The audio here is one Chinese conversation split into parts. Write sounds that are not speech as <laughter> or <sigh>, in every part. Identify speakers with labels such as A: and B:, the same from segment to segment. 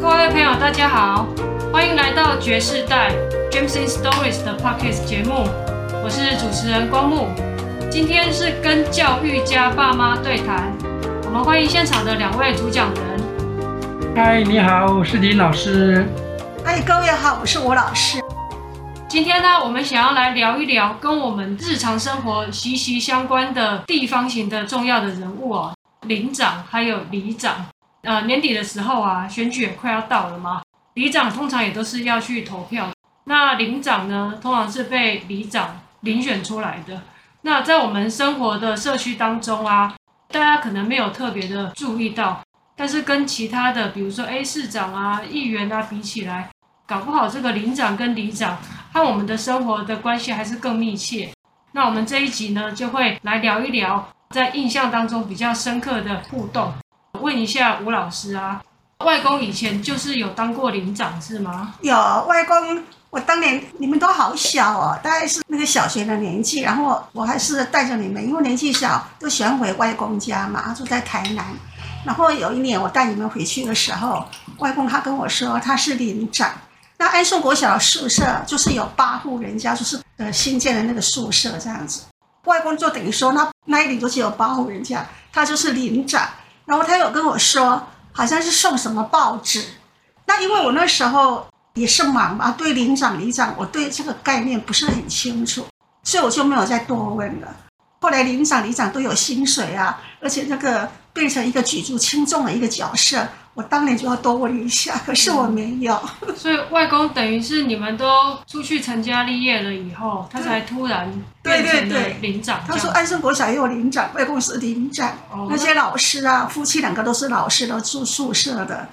A: 各位朋友，大家好，欢迎来到爵士代 James in Stories 的 Podcast 节目，我是主持人光木。今天是跟教育家爸妈对谈，我们欢迎现场的两位主讲人。
B: 嗨，你好，我是林老师。
C: 哎，各位好，我是吴老师。
A: 今天呢，我们想要来聊一聊跟我们日常生活息息相关的地方型的重要的人物哦，领长还有里长。呃，年底的时候啊，选举也快要到了嘛，里长通常也都是要去投票。那领长呢，通常是被里长遴选出来的。那在我们生活的社区当中啊，大家可能没有特别的注意到，但是跟其他的，比如说 A 市长啊、议员啊比起来，搞不好这个领长跟里长和我们的生活的关系还是更密切。那我们这一集呢，就会来聊一聊在印象当中比较深刻的互动。问一下吴老师啊，外公以前就是有当过领长是吗？
C: 有外公，我当年你们都好小哦，大概是那个小学的年纪，然后我还是带着你们，因为年纪小，都喜欢回外公家嘛，他住在台南。然后有一年我带你们回去的时候，外公他跟我说他是连长。那安顺国小的宿舍就是有八户人家，就是呃新建的那个宿舍这样子。外公就等于说那那一里就只有八户人家，他就是连长。然后他有跟我说，好像是送什么报纸。那因为我那时候也是忙嘛，对领长、里长，我对这个概念不是很清楚，所以我就没有再多问了。后来领长、里长都有薪水啊，而且那个变成一个举足轻重的一个角色，我当年就要多问一下，可是我没有。
A: 所以外公等于是你们都出去成家立业了以后，他才突然变
C: 对对
A: 成了
C: 对
A: 领长这
C: 他
A: 样。
C: 说哎安顺国小也有领长，外公是领长，
A: 哦
C: 那些老师啊，夫妻两个都是老师，都住宿舍的，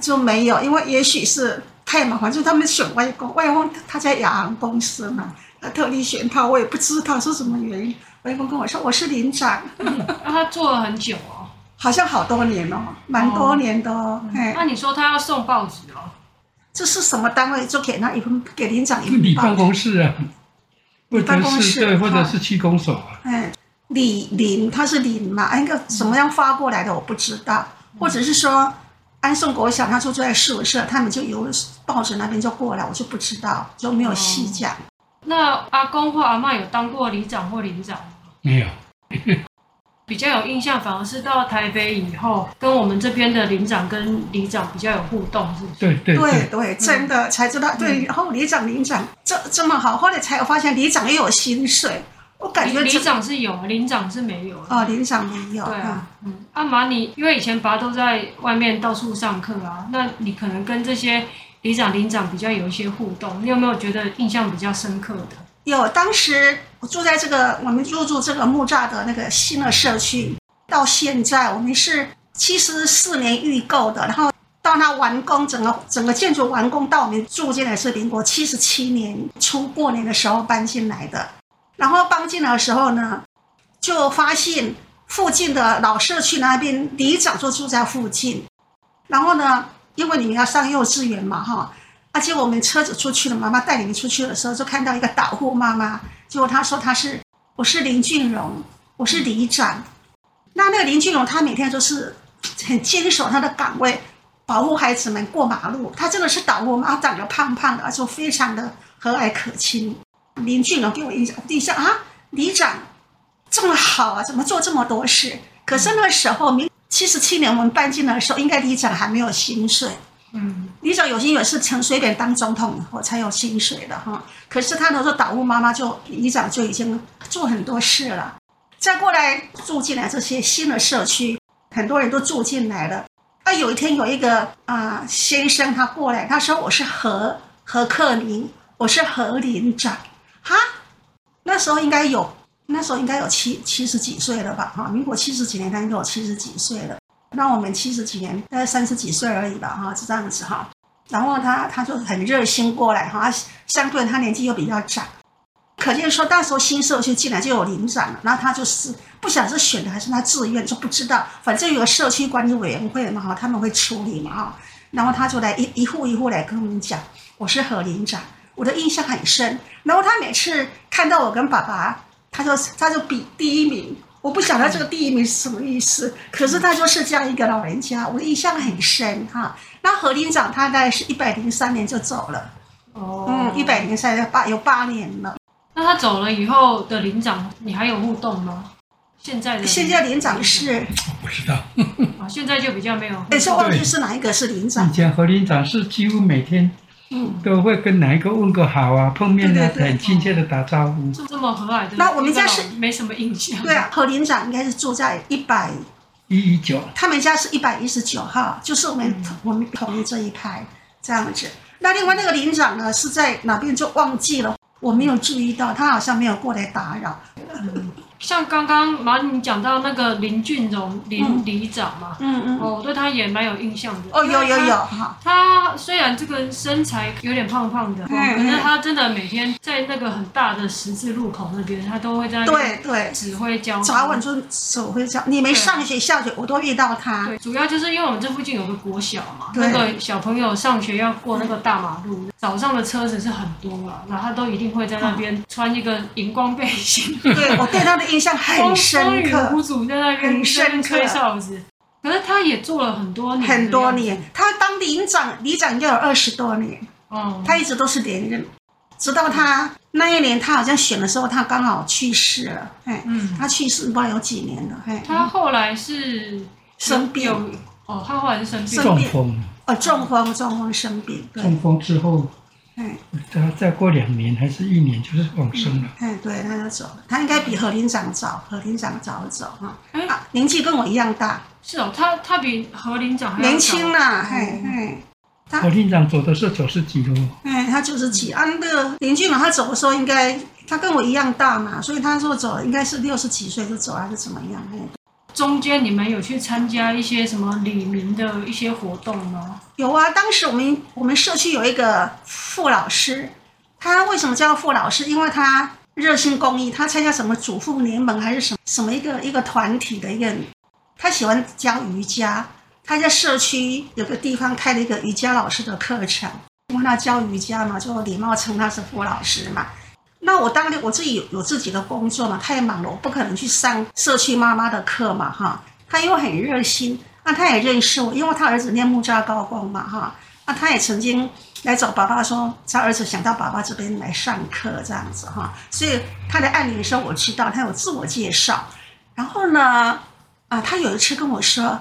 C: 就没有，因为也许是太麻烦，就他们选外公，外公他在亚航公司嘛，他特地选他，我也不知道是什么原因。外公跟我说我是领长，
A: 那他做了很久哦。
C: 好像好多年哦，蛮多年的哦，哎、
A: 那你说他要送报纸哦？
C: 这是什么单位就给那一份给领长一份
B: 你
C: 报
B: 办
C: 纸
B: 公室啊，或
C: 办
B: 者
C: 公室
B: 是对，或者
C: 哈
B: 是区公所啊，
C: 哎，李林他是林嘛，哎那个怎么样发过来的我不知道，或者是说安顺国小他就住在宿舍，他们就由报纸那边就过来，我就不知道，就没有
A: 哦
C: 细讲。
A: 那阿公或阿嬷有当过里长或领长吗？
B: 没有。
A: 比较有印象，反而是到台北以后，跟我们这边的领长跟里长比较有互动，是不是？
B: 对对
C: 对对，真
A: 嗯
C: 的才知道，对，然后里长里长这这么好，后来才发现里长也有薪水，我感觉
A: 里
C: 这
A: 里长是有啊，领长是没有啊。
C: 哦，里长没有，
A: 对
C: 嗯
A: 啊，嗯，阿玛你因为以前爸都在外面到处上课啊，那你可能跟这些里长、领长比较有一些互动，你有没有觉得印象比较深刻的？
C: 有，当时我住在这个，我们入住这个木栅的那个新的社区，到现在我们是七十四年预购的，然后到它完工，整个整个建筑完工到我们住进来是民国七十七年初过年的时候搬进来的，然后搬进来的时候呢，就发现附近的老社区那边里长就住在附近，然后呢，因为你们要上幼稚园嘛，哈，而啊且我们车子出去了，妈妈带你们出去的时候，就看到一个导护妈妈，结果她说她是我是林俊荣，我是里长。那那个林俊荣他每天就是很坚守他的岗位，保护孩子们过马路。他真的是导护妈，她长得胖胖的，而且非常的和蔼可亲。林俊荣给我印象，印象啊，里长这么好啊，怎么做这么多事？可是那时候，明七十七年我们搬进来的时候，应该里长还没有薪水。
A: 嗯，
C: 李长有薪水是陈水扁当总统我才有薪水的哈。可是他那时候导务妈妈就李长就已经做很多事了，再过来住进来这些新的社区，很多人都住进来了。那有一天有一个啊、先生他过来，他说我是何何克宁，我是何林长哈。那时候应该有那时候应该有七七十几岁了吧哈，民国七十几年他应该有七十几岁了。那我们七十几年，大概三十几岁而已吧，哈，是这样子哈。然后他他就很热心过来哈，相对他年纪又比较长，可见说那时候新社区进来就有领长了，那他就是不想是选的还是他自愿就不知道，反正有个社区管理委员会嘛哈，他们会处理嘛哈，然后他就来一一户一户来跟我们讲，我是何领长，我的印象很深。然后他每次看到我跟爸爸，他就他就比第一名，我不晓得这个第一名是什么意思，可是他就是这样一个老人家，我的印象很深哈、那何林长他大概是一百零三年就走了，
A: 哦，
C: 嗯，一。百零三八有八年了。
A: 那他走了以后的领长，你还有互动吗？现在的领
C: 现在连长是，
B: 不知道。
A: 啊，现在就比较没有互
C: 也是
A: 动。
C: 忘记是哪一个是连
B: 以
C: 长，
B: 前何林长是几乎每天
C: 嗯。
B: 都会跟哪一个问个好啊，碰面啊，
C: 对对对
B: 很亲切的打招呼。
A: 这这么和蔼的，
C: 那我们家是
A: 没什么印象。
C: 对啊，何连长应该是住在一百，
B: 一一九，
C: 他们家是一百一十九号，就是我们、
A: 嗯
C: 我们同一这一排这样子。那另外那个连长呢是在哪边就忘记了，我没有注意到，他好像没有过来打扰。
A: 像刚刚马你讲到那个林俊荣林
C: 嗯
A: 里长嘛，
C: 嗯嗯，
A: 哦，我对他也蛮有印象的。
C: 哦有有
A: 因为
C: 有
A: 他。
C: 哈，
A: 他虽然这个身材有点胖胖的，哦
C: 嗯
A: 可是他真的每天在那个很大的十字路口那边，他都会在那边
C: 对对，
A: 指挥交通。
C: 早晚就手会这样，你没上学下学我都遇到他。
A: 对，主要就是因为我们这附近有个国小嘛，
C: 啊对
A: 那个小朋友上学要过那个大马路，早上的车子是很多啊，然后他都一定会在那边穿一个荧光背心，
C: 对我对他的印象很
A: 风风
C: 深
A: 雨
C: 刻。
A: 无阻在那边
C: 很
A: 在
C: 深刻
A: 那边吹哨子。可是他也做了很多年，
C: 很多，年，他当里长，里长应该有二十多年，
A: 嗯，
C: 他一直都是连任，直到他那一年他好像选的时候，他刚好去世了，哎，
A: 嗯，
C: 他去世不知道有几年了，哎，
A: 他后来是
C: 生病
A: 有哦，他后来是生病，
C: 生
B: 中
C: 病
B: 风，
C: 呃中风，中风生病，对，
B: 中风之后，
C: 哎
B: 他再过两年还是一年，就是往生了。
C: 哎，对，他就走了，他应该比何林长早，何林长早走哈，
A: 哎
C: 啊，年纪跟我一样大，
A: 是哦，他他比何林长还要
C: 年轻
A: 哎早嗯
C: 啦，嘿嘿。他
B: 何林长走的是九十几路，
C: 哎，他九十几，啊，那个林俊嘛，他走的时候应该他跟我一样大嘛，所以他说走应该是六十几岁就走还是怎么样？哎，
A: 中间你们有去参加一些什么李明的一些活动吗？
C: 有啊，当时我们我们社区有一个傅老师，他为什么叫傅老师？因为他热心公益，他参加什么主妇联盟还是什么什么一个一个团体的一个，他喜欢教瑜伽，他在社区有个地方开了一个瑜伽老师的课程，因为他教瑜伽嘛，就礼貌称他是傅老师嘛。那我当然我自己有有自己的工作嘛，太忙了，我不可能去上社区妈妈的课嘛，哈。他因为很热心，那他也认识我，因为他儿子念木栅高工嘛，哈。那他也曾经来找爸爸说，他儿子想到爸爸这边来上课这样子哈，所以他的案例的时候我知道，他有自我介绍。然后呢，啊，他有一次跟我说，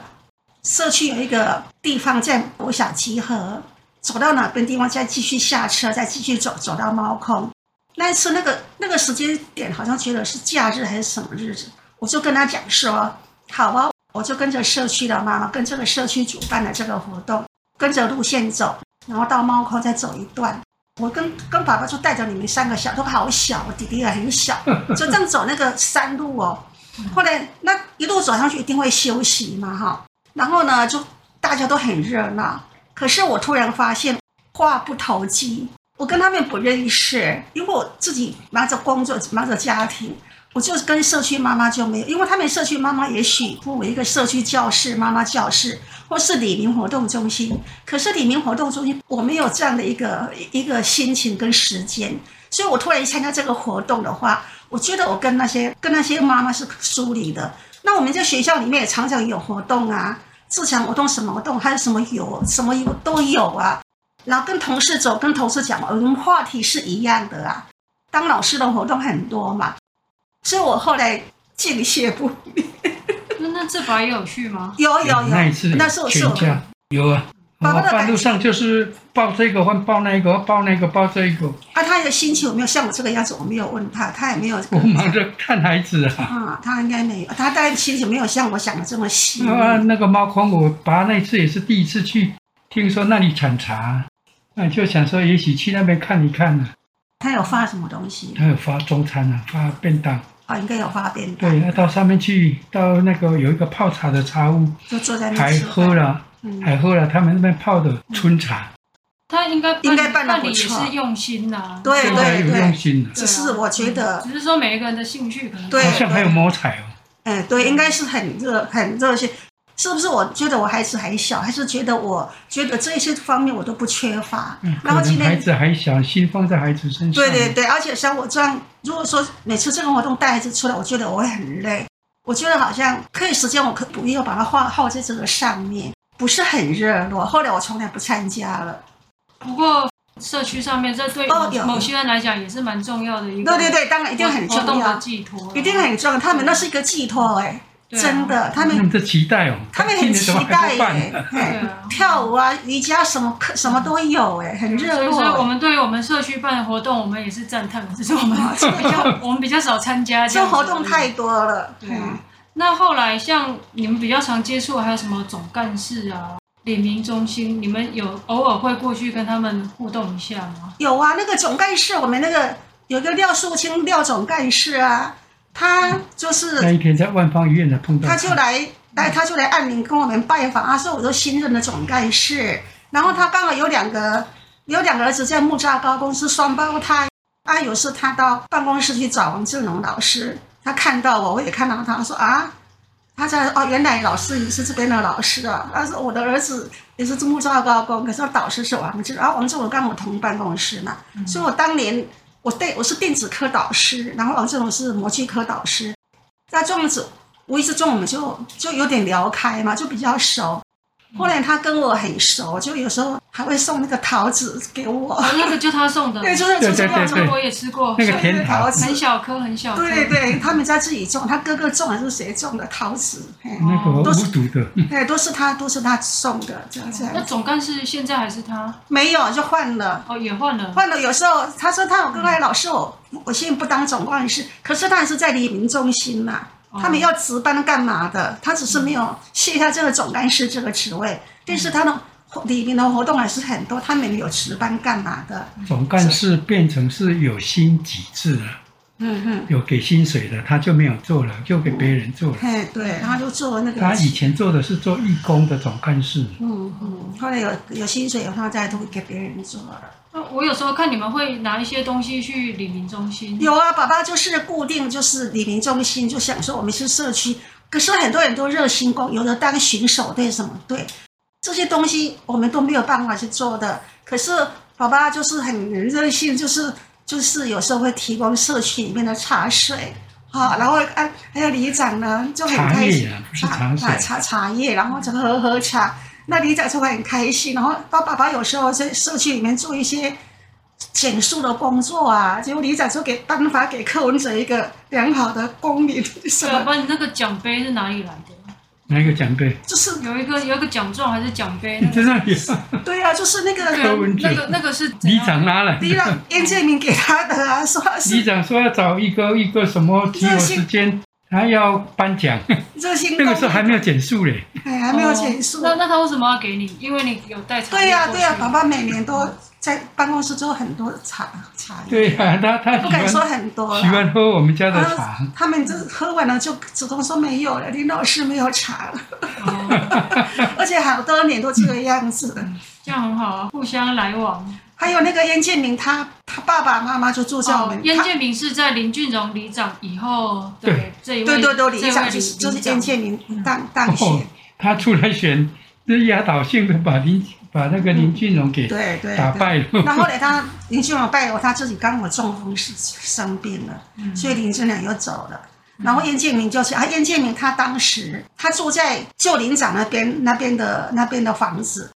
C: 社区有一个地方在国小集合，走到哪边地方再继续下车，再继续走，走到猫空。那一次那个那个时间点，好像觉得是假日还是什么日子，我就跟他讲说，好啊，我就跟着社区的妈妈，跟这个社区主办的这个活动，跟着路线走，然后到猫空再走一段。我跟跟爸爸就带着你们三个小，都好小，我弟弟也很小，就这样走那个山路哦。后来那一路走上去一定会休息嘛哈，然后呢就大家都很热闹，可是我突然发现话不投机，我跟他们不认识，因为我自己忙着工作，忙着家庭，我就跟社区妈妈就没有，因为他们社区妈妈也许作为一个社区教室、妈妈教室，或是李明活动中心，可是李明活动中心我没有这样的一个一个心情跟时间，所以我突然参加这个活动的话，我觉得我跟那些跟那些妈妈是疏离的。那我们在学校里面也常常有活动啊，自强活动、什么活动，还有什么有什么有都有啊。然后跟同事走，跟同事讲，我们话题是一样的啊。当老师的活动很多嘛，所以我后来敬谢不已。
A: 那那这把也有去吗？
C: 有有有，
B: 哎那一次
C: 那是我是
B: 全
C: 我
B: 家有啊。
C: 爸爸
B: 我
C: 的感
B: 半路上就是抱这个换抱那个，抱那个抱这个，
C: 啊，他的心情有没有像我这个样子？我没有问他，他也没有
B: 我忙着看孩子啊。
C: 啊，他应该没有，他但心情没有像我想的这么细腻。
B: 啊，那个猫空，我爸那次也是第一次去，听说那里产茶，那就想说也许去那边看一看呢、
C: 他有发什么东西？
B: 他有发中餐啊，发便当。
C: 啊，应该有发便当
B: 对，，那到上面去，到那个有一个泡茶的茶屋，
C: 就坐在那
B: 还
C: 吃饭
B: 喝，了，
C: 嗯，
B: 还喝了他们那边泡的春茶，
A: 他应该
C: 应该办得
A: 办理
C: 不
A: 也
C: 错
A: 是用心呐、
C: 对
B: 现
A: 就
B: 在有用心了，
C: 只是我觉得
A: 啊嗯只是说每一个人的兴趣可能
C: 对
B: 好像还有摸彩哦。
C: 哎，对，应该是很热很热心，是不是？我觉得我孩子还小，还是觉得我觉得这些方面我都不缺乏。
B: 嗯
C: 然
B: 可
C: 后今
B: 能孩
C: 天，
B: 子还小，心放在孩子身上。
C: 对对对，而且像我这样，如果说每次这个活动带孩子出来，我觉得我会很累。我觉得好像可以时间，我可不要把它画耗在这个上面，不是很热络。后来我从来不参加了。
A: 不过社区上面，这对
C: 哦有
A: 某些人来讲也是蛮重要的一个
C: 对对对，当然一定很
A: 活
C: 重
A: 动的
C: 要，
A: 寄托，啊
C: 一定很重要。他们那是一个寄托哎、
A: 对啊
C: 真的，他
B: 他
C: 们
B: 们这期待哦，
C: 他们很
B: 今年
C: 期待
B: 怎么还
C: 耶
B: 不办、
A: 对
C: 嘿
A: 啊。
C: 跳舞啊、瑜伽什么课什么都有哎、很热
A: 所以
C: 络、
A: 所以我们对于我们社区办的活动，我们也是赞叹，只 <laughs> 是我们
C: 哦这
A: 比较我们比较少参加这
C: 这
A: 样子
C: 活动太多了。
A: 对
C: 嗯
A: 啊。那后来像你们比较常接触，还有什么总干事啊、联名中心，你们有偶尔会过去跟他们互动一下吗？
C: 有啊，那个总干事，我们那个有一个廖树清廖总干事啊，他就是
B: 那一天在万方医院呢碰到
C: 他就来来，他就来按铃跟我们拜访，他说我是新任的总干事，然后他刚好有两个有两个儿子在木栅高公司双胞胎，啊，有时他到办公室去找王志龙老师，他看到我，我也看到他，说啊。他在哦，原来老师也是这边的老师啊。他说我的儿子也是木栅高工，可是导师是王志龙，然后王志龙跟我同办公室嘛，所以我当年我对我是电子科导师，然后王志龙是模具科导师，那这样子无意之中我们就就有点聊开嘛，就比较熟。后来他跟我很熟，就有时候还会送那个桃子给我，
A: 哦那个就他送的，
C: 对，就是
B: 对对
C: 就是
B: 对
C: 那
A: 那
C: 种
A: 种我也吃过，
B: 那
C: 就
B: 个
C: 是
B: 甜桃
C: 桃
A: 很
C: 子，
A: 小颗很小颗，
C: 对对，他们家自己种，他哥哥种还是谁种的桃子，嘿，
B: 那个无毒的，
C: 对，都是他都是他送的，这样这
A: 那
C: 样，
A: 总干事现在还是他
C: 没有就换了。
A: 哦，也换了。
C: 换了，有时候他说他有跟他老师，我我现在不当总干事，可是他还是在黎明中心呐、
A: 哦
C: 他们要值班干嘛的？他只是没有卸下这个总干事这个职位，但是他的活里面的活动还是很多，他们有值班干嘛的？
B: 总干事变成是有薪级制了，
C: 嗯嗯，
B: 有给薪水的，他就没有做了，就给别人做了。
C: 哎对，然后就做那个，
B: 他以前做的是做义工的总干事，
C: 嗯嗯，后来有有薪水以后，再都给别人做了。
A: 那我有时候看你们会拿一些东西去李明中
B: 嗯
A: 心，
C: 有啊，爸爸就是固定就是李明中心，就想说我们是社区，可是很多人都热心工，有的当巡守队什么队，这些东西我们都没有办法去做的。可是爸爸就是很热心，就是就是有时候会提供社区里面的茶水。啊，然后啊，还有里长呢，就很
B: 嗯茶
C: 开心
B: 叶啊，不是茶水
C: 啊茶茶叶，然后就喝喝茶，那里长就会很开心。然后到爸爸有时候在社区里面做一些减速的工作啊，结果里长就给颁发给柯文哲一个良好的公民什
A: 对啊，
C: 么，
A: 不然你那个奖杯是哪里来的？
B: 哪一个奖杯？
C: 就是
A: 有一个有一个奖状还是奖杯？
B: 你
A: 那个
B: 在那里，
C: 对啊，哎就是那
A: 对
C: 个
A: 啊
B: 柯文哲
A: 那个那个是怎
B: <laughs> 里
A: 样
B: 长拿来
C: 里
B: <laughs>
A: <laughs>
B: 的。
C: 长燕建民给他的啊，说
B: 里
C: 是
B: 长说要找一个一个什么集合时间，他要颁奖，
C: 热心
B: 那
C: 公
B: 个时候还
C: 民，
B: 没有减速嘞。
C: 哎，还没有结束。
A: 哦那那他为什么要给你？因为你有带茶
C: 对
A: 叶
C: 呀、
A: 过
C: 对呀、
A: 去
C: 爸爸每年都在办公室做很多茶茶叶，
B: 对呀、他他
C: 不
B: 喜
C: 敢说
B: 欢
C: 很多
B: 喜
C: 啦。
B: 欢喝我们家的
C: 啊
B: 茶，，
C: 他们这喝完了就主动说没有了，林老师没有茶
A: <laughs>
C: 了，
A: 哦
C: 而且好多年都这个样子。
A: 这样很好啊，互相来往。
C: 还有那个燕建明，他他爸爸妈妈就住在我
A: 哦
C: 们，
A: 燕
C: 他
A: 建明是在林俊荣里长以后，
B: 对
A: 这一位，
C: 对对对，
A: 这
C: 里
A: 位
C: 长
A: 里
C: 就是就是
A: 里长
C: 燕建明当当
B: 哦
C: 选，，
B: 他出来选，这压倒性的把林把那个林俊荣给
C: 对对
B: 打
C: 对。
B: 败了。
C: 那后来他林俊荣拜我，他自己刚好中风是生病了，
A: 嗯
C: 所以林正良又走了。然后燕建明就去啊，燕建明他当时他住在旧林长那边那边的那边的房子，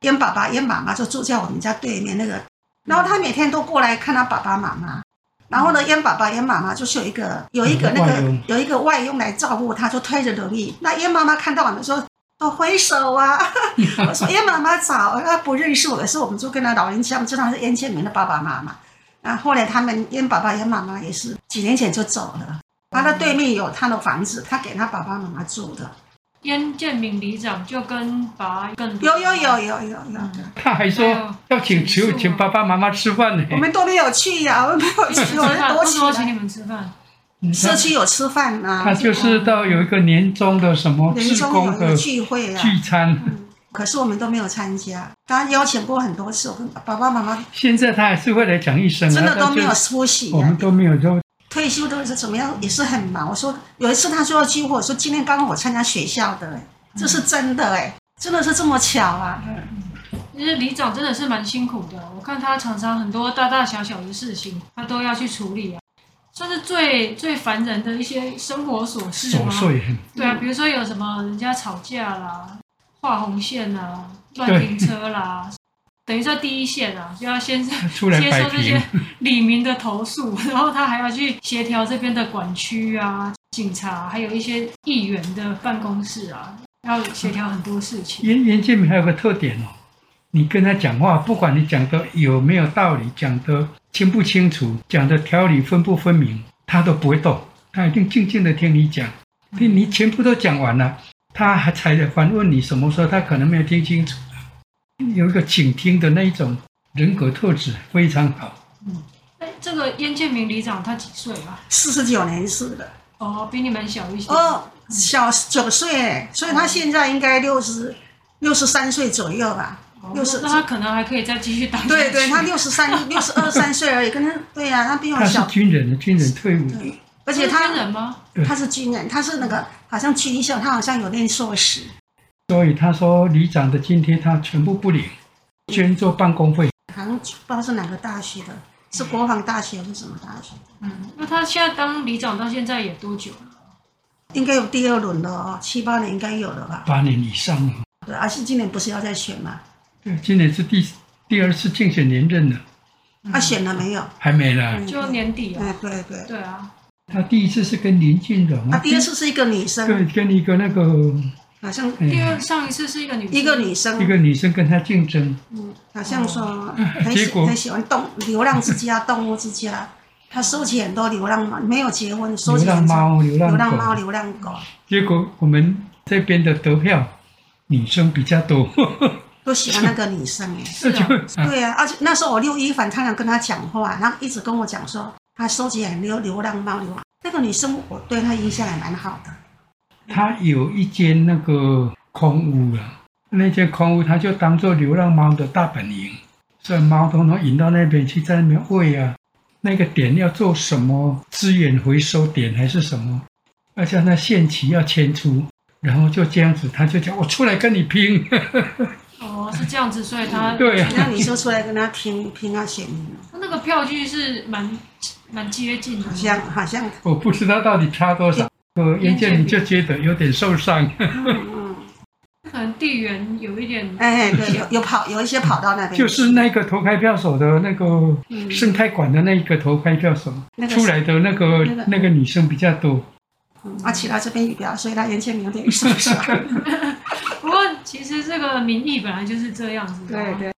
C: 燕爸爸燕妈妈就住在我们家对面那个，然后他每天都过来看他爸爸妈妈。然后呢，燕爸爸、燕妈妈就是有一个有一个那
B: 外
C: 个
B: 佣
C: 有一个外佣来照顾他，就推着轮椅。那燕妈妈看到我们说，哦，挥手啊！ <laughs> 我说，燕妈妈早，她不认识我，可是我们就跟他老人家知道他是燕建明的爸爸妈妈。啊，后来他们燕爸爸、燕妈妈也是几年前就走了。他的对面有他的房子，他给他爸爸妈妈住的。
A: 燕建明里长就跟拔更多
C: 有有有有有有，
B: 他还
C: 哎
B: 说要请请请爸爸妈妈吃饭呢。
C: 我们都没有去呀、我们没有
A: 一起
C: 去，
A: 吃
C: 我们
A: 饭，
B: <laughs>
C: 躲
A: 为什么要
C: 起
A: 请你
C: 来。
A: 们吃饭？
C: 社区有吃饭啊，
B: 嗯他就是到有一个年终的什么
C: 人
B: 志工
C: 中有
B: 的
C: 有聚会啊，
B: 聚餐，
C: 可是我们都没有参加。他邀请过很多次，我跟爸爸妈妈
B: 现在他还是会来讲一声啊，
C: 真的都没有
B: 但是
C: 出席、
B: 我
C: 啊
B: 们。都没有就
C: 退休的是怎么样，也是很忙。我说有一次他说要聚会，我说今天刚好我参加学校的、欸，这是真的哎、真的是这么巧啊！
A: 其实里长真的是蛮辛苦的，我看他常常很多大大小小的事情，他都要去处理啊。算是最最烦人的一些生活琐事
B: 琐
A: 吗？
B: 碎很
A: 对啊，比如说有什么人家吵架啦、画红线啦、乱
B: 对
A: 停车
B: <laughs>
A: 啦，等于在第一线啊，就要先
B: 出来
A: 接
B: 摆
A: 受这
B: 平
A: 些，李明的投诉， <laughs> 然后他还要去协调这边的管区啊、警察，还有一些议员的办公室啊，要协调很多事情。
B: 严严建明还有个特点哦，你跟他讲话，不管你讲的有没有道理，讲的清不清楚，讲的条理分不分明，他都不会动，他一定静静的听你讲，听你全部都讲完了，他还才反问你什么时候，他可能没有听清楚，有一个倾听的那一种人格特质非常好，
A: 哎，这个燕建明里长他几岁啊？
C: 四十九年次的
A: 哦，比你们小一些。
C: 哦，小九岁，所以他现在应该六十六十三岁左右吧。
A: 哦，
C: 六十
A: 那他可能还可以再继续当。
C: <laughs> 对对，他。六
B: <laughs>
C: 十三、六十二三岁而已，跟他对呀、他比我
B: 他是
C: 小，
B: 军人，军人退伍，
C: 对，
A: 而
C: 而且他
A: 人吗？
B: 对
C: 他是军人，他是那个好像军校，他好像有念硕士，
B: 所以他说里长的津贴他全部不领，捐做办公费。
C: 好像不知道是哪个大学的，是国防大学还是什么大学？
A: 嗯，那他现在当里长到现在也多久了？
C: 应该有第二轮了哦，七八年应该有了吧？
B: 八年以上哦了。
C: 对，而且今年不是要再选吗？
B: 对，嗯今年是第第二次竞选连任了，
C: 他、选了没有？
B: 还嗯没啦。
A: 就年底啊。
C: 哎，对对，
A: 对啊，
B: 他第一次是跟林进荣，
C: 他啊第二次是一个女生，
B: 对跟一个那个、
C: 好像
A: 第
B: 哎
A: 二上一次是一个女生
C: 一个女
B: 一
C: 生，
B: 个女生跟他竞争，
C: 嗯，好像说很
B: 嗯结
C: 喜
B: 果
C: 很喜欢动流浪之家、动物之家，他收集很多流浪猫，没有结婚，收
B: 流
C: 集
B: 浪
C: 很多
B: 猫、流
C: 流
B: 浪
C: 浪猫、
B: 狗，
C: 流浪狗
B: 结果我们这边的得票女生比较多，
C: 都喜欢那个女生
B: <laughs>
C: 哎。
A: 是啊，
B: 啊
C: 对啊，而且那时候我六一反常常跟他讲话，他一直跟我讲说他收集很多流浪猫流浪。那个女生我对她印象还蛮好的，
B: 他有一间那个空屋啊，那间空屋他就当做流浪猫的大本营，所以猫统统引到那边去，在那边喂啊。那个点要做什么资源回收点还是什么，而且那限期要迁出，然后就这样子，他就讲我出来跟你拼。 <laughs>
A: 哦，是这样子，所以他
B: 对啊，
C: 那你就出来跟他拼拼啊选赢，
A: 他那个票据是蛮蛮接近的
C: 好。像好像
B: 我不知道到底差多少。呃，
A: 严建
B: 严建明就觉得有点受伤，
C: 嗯嗯，
A: 可能地缘有一点，
C: 哎对，有有跑有一些跑到那边，
B: 就是那个投开票所的那个
C: 嗯
B: 生态馆的那一个投开票所
C: 那个
B: 出来的那个
C: 那个
B: 那个女生比较多。
C: 嗯啊，骑到这边一表，所以他原先有点受伤。
A: 不过其实这个民意本来就是这样子的啊。
C: 对对，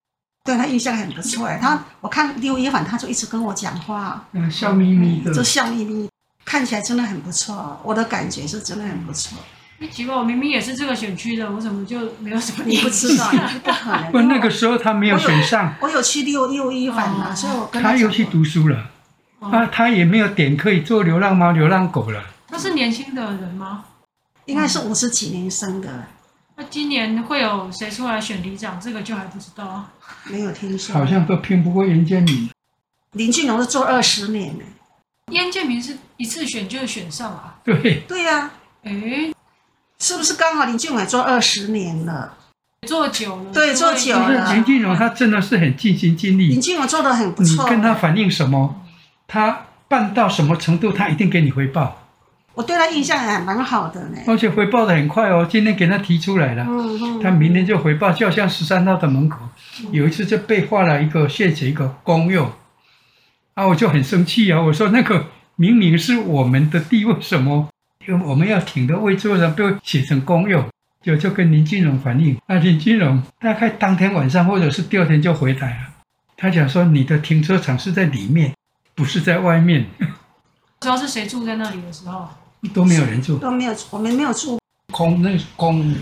C: 对他印象很不错哎。他我看六一反，他就一直跟我讲话，
B: 嗯，笑眯眯的
C: 就笑眯眯，看起来真的很不错。我的感觉是真的很不错。
A: 那哎奇怪，我明明也是这个选区的，我怎么就没有什么
C: 你
A: 印
C: 不
A: 象？
C: <laughs> 知道，你是不可能。
B: 不，那个时候他没有选上，
C: 我有去六六一反嘛，
A: 哦
C: 所以我跟
B: 他
C: 讲
B: 又去
C: 过
B: 读书了，
A: 哦
B: 啊，他也没有点可以做流浪猫、流浪狗了。
A: 他是年轻的人吗？
C: 应该是五十几年生的，
A: 那今年会有谁出来选里长？这个就还不知道啊。
C: 没有听说。
B: 好像都拼不过严建明，
C: 林俊荣是做二十年欸的，
A: 燕建明是一次选就选上啊？
B: 对，
C: 对呀、
A: 诶，
C: 是不是刚好林俊伟做二十年了？
A: 做久了，
C: 对做久
B: 就
C: 了
B: 是严金荣他真的是很尽心尽
C: 林
B: 力，
C: 俊伟做的很
B: 嗯
C: 不
B: 你
C: 错，欸
B: 跟他反映什么，他办到什么程度，他一定给你回报，
C: 我对他印象还蛮好的呢。
B: 而且回报的很快哦。今天给他提出来了，
C: 嗯嗯，
B: 他明天就回报，就好像十三号的门口，有一次就被画了一个谢谢一个公用，啊，我就很生气啊，我说那个明明是我们的地，为什么我们要挺的位置为什么被写成公用？就就跟林金荣反映，那林金荣大概当天晚上或者是第二天就回来了，他讲说你的停车场是在里面，不是在外面， <laughs>
A: 不知道是谁住在那里的时候，
B: 都没有人住，
C: 都没有，我们没有住
B: 空那是空屋，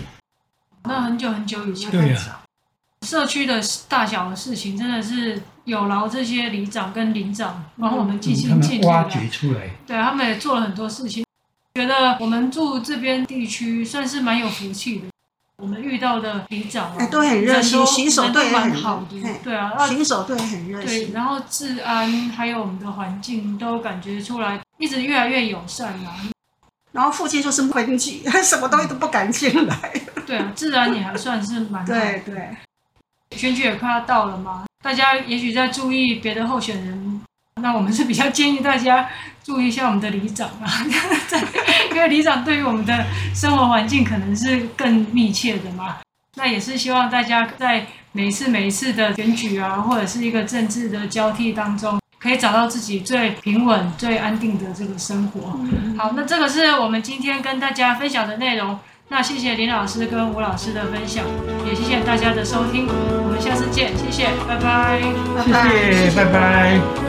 A: 那很久很久以前。
B: 对呀、啊
A: 社区的大小的事情，真的是有劳这些里长跟邻长帮我们尽
B: 嗯他
A: 心尽
B: 们
A: 力、
B: 挖
A: 啊。
B: 掘出来。
A: 对他们也做了很多事情，觉得我们住这边地区算是蛮有福气的。我们遇到的里长、啊
C: 哎都很热
A: 人
C: 心
A: 都
C: 巡守队
A: 人
C: 也
A: 都蛮
C: 很哎
A: 好的
C: 嘿，
A: 对啊，啊
C: 巡守队很热
A: 对，
C: 心，
A: 然后治安还有我们的环境都感觉出来，一直越来越友善啦、
C: 然后附近就是分局， <laughs> 什么东西都不敢进来。
A: 对啊，治安也还算是蛮好的
C: 对 <laughs> 对，
A: 选举也快要到了嘛，大家也许在注意别的候选人。那我们是比较建议大家注意一下我们的里长啊， <laughs> 因为里长对于我们的生活环境可能是更密切的嘛。那也是希望大家在每一次每一次的选举啊，或者是一个政治的交替当中，可以找到自己最平稳、最安定的这个生活。好，那这个是我们今天跟大家分享的内容。那谢谢林老师跟吴老师的分享，也谢谢大家的收听，我们下次见，谢谢，拜拜。
C: 拜
B: 谢
C: 拜
B: 谢，拜拜。